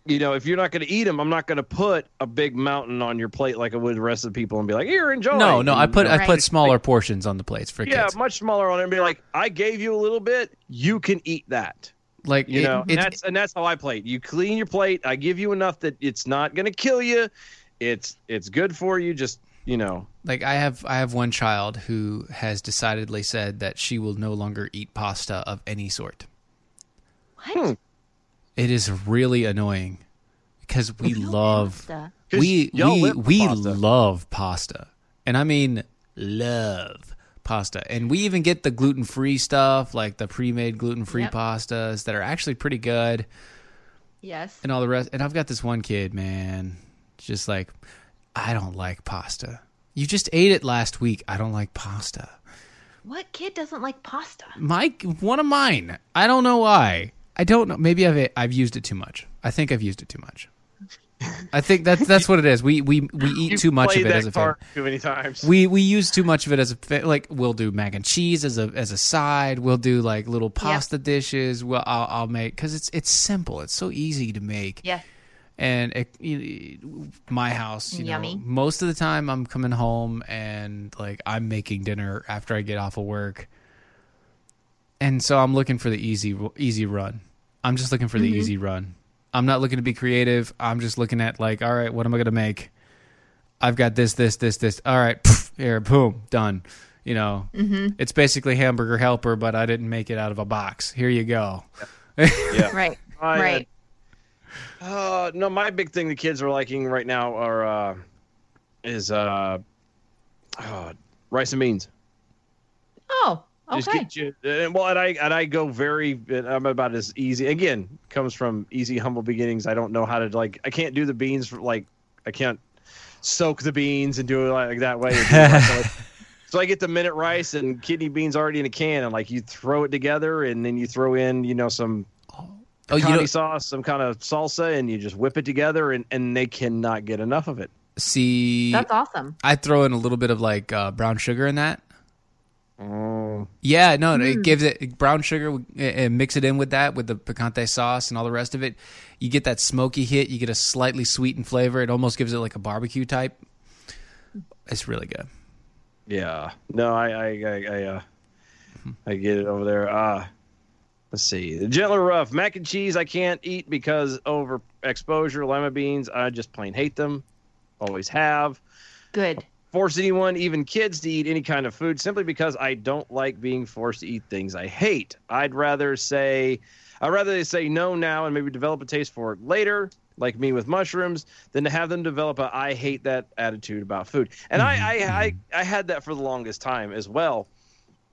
you know if you're not gonna eat them, I'm not gonna put a big mountain on your plate like I would the rest of the people and be like here enjoy. No, no. I And, put you Oh, know, I put Right. smaller portions on the plates for yeah, kids. much smaller on it and be like I gave you a little bit, you can eat that Like you it- know and it's- that's and that's how i play it. you clean your plate i give you enough that it's not going to kill you it's it's good for you just you know like I have I have one child who has decidedly said that she will no longer eat pasta of any sort. Hmm. What? It is really annoying because we love Pasta. we 'Cause y'all we live for we pasta. love pasta, and I mean love pasta. And we even get the gluten free stuff, like the pre made gluten free Yep. pastas that are actually pretty good, Yes. and all the rest. And I've got this one kid, man, just like I don't like pasta. You just ate it last week. I don't like pasta. What kid doesn't like pasta? Mike, one of mine. I don't know why. I don't know. Maybe I've I've used it too much. I think I've used it too much. I think that's that's what it is. We we we eat You've too much played of it that as a family. card too many times We we use too much of it as a fa- like we'll do mac and cheese as a as a side. We'll do like little pasta dishes. Well, I'll, I'll make because it's it's simple. It's so easy to make Yes. and it, you- my house you know Yummy. most of the time i'm coming home and like i'm making dinner after i get off of work and so i'm looking for the easy easy run i'm just looking for the easy run i'm not looking to be creative i'm just looking at like all right what am i going to make i've got this this this this all right pff, here boom done you know it's basically hamburger helper but i didn't make it out of a box here you go Right. I, uh, right. uh, no my big thing the kids are liking right now are uh is uh, uh rice and beans Oh, Just okay. get you, and well, and I and I go very. and I'm about as easy. Again, comes from easy, humble beginnings. I don't know how to like. I can't do the beans for like. I can't soak the beans and do it like that way. so I get the minute rice and kidney beans already in a can, and like you throw it together, and then you throw in you know some oh oh, you know sauce, some kind of salsa, and you just whip it together, and and they cannot get enough of it. see That's awesome. I throw in a little bit of like uh, brown sugar in that. Yeah, no, no, it gives it brown sugar and mix it in with that with the picante sauce and all the rest of it. You get that smoky hit. You get a slightly sweetened flavor. It almost gives it like a barbecue type. It's really good. Yeah. No, I I I, I uh I get it over there. Uh let's see. The gentler rough mac and cheese I can't eat because over exposure, lima beans, I just plain hate them. Always have. Good. Force anyone, even kids, to eat any kind of food simply because I don't like being forced to eat things I hate. I'd rather say I'd rather they say no now and maybe develop a taste for it later, like me with mushrooms, than to have them develop a I hate that attitude about food. And I, I, I I had that for the longest time as well.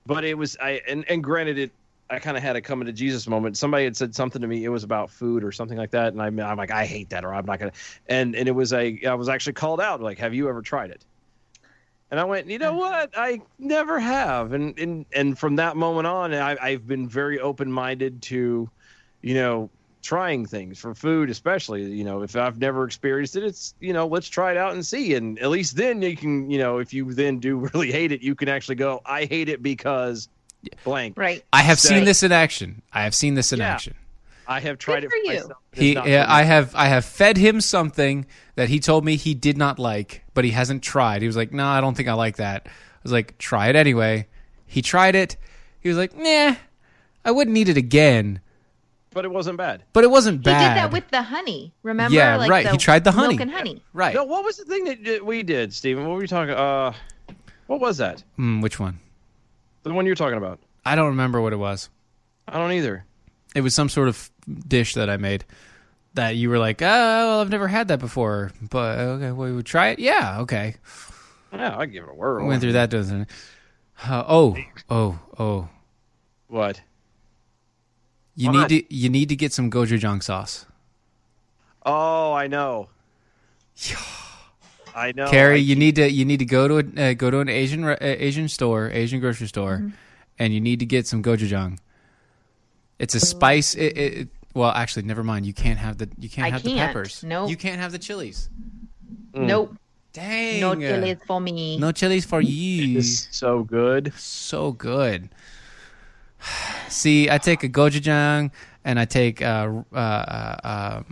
But it was I and, and granted it I kind of had a coming to Jesus moment. Somebody had said something to me. It was about food or something like that, and I'm, I'm like, I hate that, or I'm not gonna. And and it was a I was actually called out. Like, have you ever tried it? And I went, you know what? I never have. And and and from that moment on, I, I've been very open minded to, you know, trying things for food, especially. You know, if I've never experienced it, it's you know, let's try it out and see. And at least then you can, you know, if you then do really hate it, you can actually go, I hate it because blank. Right. I have So- seen this in action. I have seen this in Yeah. action. I have tried Good it for you. myself. It's He, not yeah, for me. I have, I have fed him something that he told me he did not like, but he hasn't tried. He was like, "No, I don't think I like that." I was like, "Try it anyway." He tried it. He was like, "Nah, I wouldn't eat it again, but it wasn't bad. But it wasn't He did bad. that with the honey. Remember? Yeah, right. He tried the honey. Milk and honey. right. No, what was the thing that d- we did, Steven? What were you talking? Uh, what was that? Mm, which one? The one you're talking about? I don't remember what it was. I don't either. It was some sort of dish that I made that you were like, oh, well, I've never had that before, but okay, well, we would try it. Yeah, okay. Yeah, I give it a whirl. Went through that, doesn't it? Uh, oh, oh, oh. What? You What? need to you need to get some gochujang sauce. Oh, I know. I Oh, know. Carrie, I- you need to you need to go to a, uh, go to an Asian re- uh, Asian store, Asian grocery store, Mm-hmm. and you need to get some gochujang. It's a spice. It, it, it- well, actually, never mind. You can't have the you can't I have can't. the peppers. Nope. you can't have the chilies. Mm. Nope. Dang, No chilies for me. no chilies for you. It's so good. so good. See, I take a gochujang and I take uh, uh, uh, uh,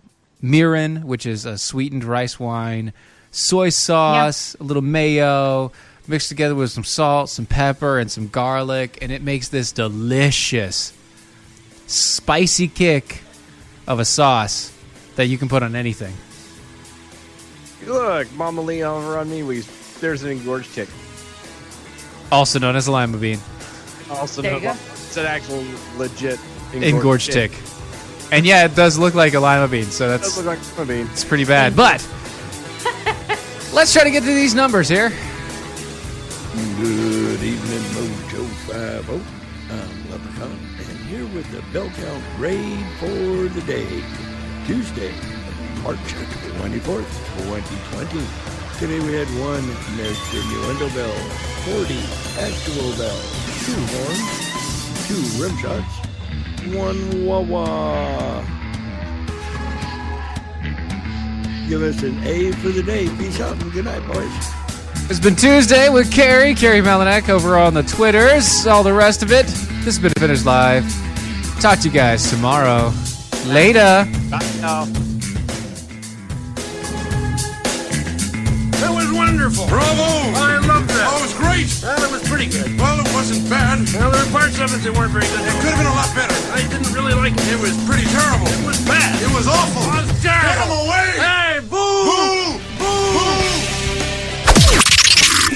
mirin, which is a sweetened rice wine, soy sauce, a little mayo, mixed together with some salt, some pepper, and some garlic, and it makes this delicious, spicy kick of a sauce that you can put on anything. Look, Mama Lee over on me. We there's an engorged chick. Also known as a lima bean, Also, There you go. it's an actual legit engorged tick. And yeah, it does look like a lima bean, so It does that's look like a lima bean. It's pretty bad, but let's try to get to these numbers here. Good evening, Mojo 5 I'm Leprechaun, and here with the bell count grade for the day, Tuesday, March 24th, 2020. Today we had one Mr. Nuendo Bell, 40 actual bell, two horns, two rim shots, one wah-wah. Give us an A for the day. Peace out and good night, boys. It's been Tuesday with Carrie, Carrie Malinak over on the Twitters, all the rest of it. This has been Defenders Live. Talk to you guys tomorrow. Later. That was wonderful. Bravo! I love that. Oh, it was great. Well, it was pretty good. Well, it wasn't bad. Well, there were parts of it that weren't very good. It could have been a lot better. I didn't really like it. It was pretty terrible. It was bad. It was awful. It was terrible. Get him away! Hey, Boo! boo. boo.